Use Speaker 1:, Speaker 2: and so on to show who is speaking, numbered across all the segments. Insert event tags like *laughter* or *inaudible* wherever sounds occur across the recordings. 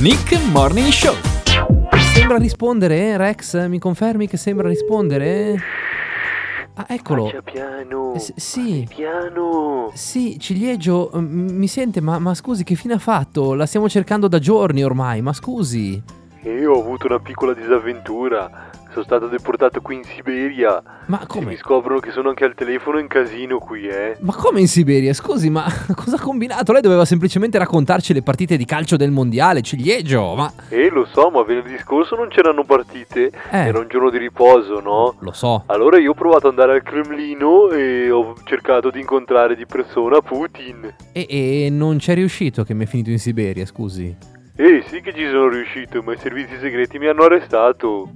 Speaker 1: Nick Morning Show.
Speaker 2: Sembra rispondere, eh, Rex? Mi confermi che sembra rispondere? Ah, eccolo. Eh,
Speaker 3: Faccia piano.
Speaker 2: S- sì.
Speaker 3: Piano.
Speaker 2: Sì, Ciliegio, m- mi sente, ma, ma scusi, che fine ha fatto? La stiamo cercando da giorni ormai, ma scusi.
Speaker 3: Io ho avuto una piccola disavventura. Sono stato deportato qui in Siberia.
Speaker 2: Ma
Speaker 3: Se mi
Speaker 2: come?
Speaker 3: scoprono che sono anche al telefono è un casino qui, eh.
Speaker 2: Ma come in Siberia? Scusi, ma *laughs* cosa ha combinato? Lei doveva semplicemente raccontarci le partite di calcio del mondiale, Ciliegio, ma...
Speaker 3: E lo so, ma venerdì scorso non c'erano partite.
Speaker 2: Eh.
Speaker 3: Era un giorno di riposo, no?
Speaker 2: Lo so.
Speaker 3: Allora io ho provato ad andare al Cremlino e ho cercato di incontrare di persona Putin.
Speaker 2: E, e non c'è riuscito che mi è finito in Siberia, scusi. *laughs*
Speaker 3: Eh sì che ci sono riuscito, ma i servizi segreti mi hanno arrestato.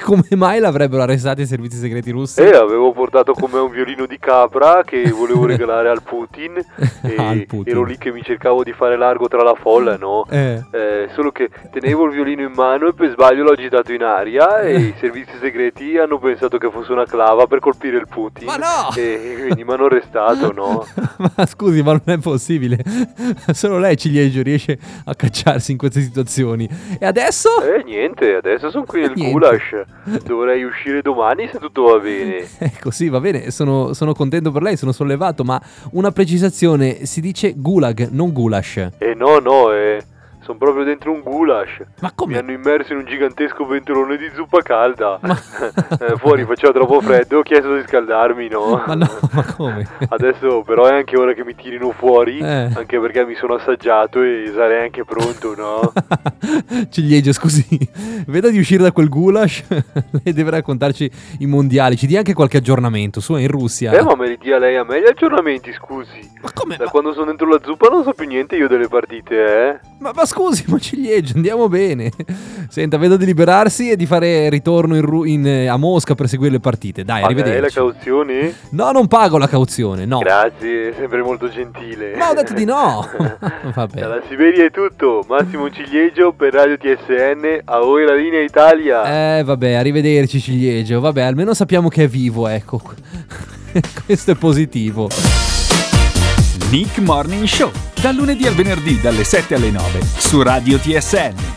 Speaker 2: Come mai l'avrebbero arrestato i servizi segreti russi?
Speaker 3: E Eh, avevo portato con me un violino di capra che volevo regalare
Speaker 2: *laughs*
Speaker 3: al Putin. E
Speaker 2: Al Putin.
Speaker 3: ero lì che mi cercavo di fare largo tra la folla, no?
Speaker 2: Eh.
Speaker 3: Eh, solo che tenevo il violino in mano e per sbaglio l'ho agitato in aria
Speaker 2: Eh.
Speaker 3: e i servizi segreti hanno pensato che fosse una clava per colpire il Putin.
Speaker 2: Ma no!
Speaker 3: E quindi mi hanno arrestato,
Speaker 2: *laughs*
Speaker 3: no?
Speaker 2: ma scusi, ma non è possibile. *laughs* Solo lei, Ciliegio, riesce a cacciarsi in queste situazioni. E adesso?
Speaker 3: E Eh, niente, adesso sono qui nel
Speaker 2: Niente.
Speaker 3: goulash. Dovrei uscire domani se tutto
Speaker 2: *laughs*
Speaker 3: va bene.
Speaker 2: Ecco, sì, va bene, sono, sono contento per lei, sono sollevato, ma una precisazione, si dice gulag, non gulash.
Speaker 3: E no, no, eh, sono proprio dentro un goulash.
Speaker 2: Ma
Speaker 3: Mi
Speaker 2: come?
Speaker 3: hanno immerso in un gigantesco pentolone di zuppa calda. *laughs* Eh, Fuori faceva troppo freddo, ho chiesto di scaldarmi, no?
Speaker 2: Ma no, ma come?
Speaker 3: *laughs* Adesso però è anche ora che mi tirino fuori,
Speaker 2: Eh.
Speaker 3: anche perché mi sono assaggiato e sarei anche pronto, no?
Speaker 2: *laughs* *laughs* Ciliegio, scusi, veda di uscire da quel gulash, *laughs* lei deve raccontarci i mondiali, ci dia anche qualche aggiornamento, su è in Russia.
Speaker 3: Eh, ma me li dia lei a me gli aggiornamenti, scusi.
Speaker 2: Ma come?
Speaker 3: Da quando sono dentro la zuppa non so più niente io delle partite, eh?
Speaker 2: Ma, ma scusi, ma ciliegio, andiamo bene. *laughs* Senta, vedo di liberarsi e di fare ritorno in Ru- in, eh, a Mosca per seguire le partite. Dai,
Speaker 3: Paga lei Eh, la
Speaker 2: arrivederci.
Speaker 3: cauzione?
Speaker 2: No, non pago la cauzione, no.
Speaker 3: Grazie, sempre molto gentile.
Speaker 2: Ma ho detto di
Speaker 3: *laughs*
Speaker 2: no. Vabbè.
Speaker 3: Dalla Siberia è tutto. Massimo Ciliegio per Radio TSN. A voi la linea Italia.
Speaker 2: Eh, vabbè, arrivederci ciliegio. Vabbè, almeno sappiamo che è vivo, ecco. *laughs* Questo è positivo.
Speaker 1: Nick Morning Show. Dal lunedì al venerdì dalle 7 alle 9 su Radio TSN.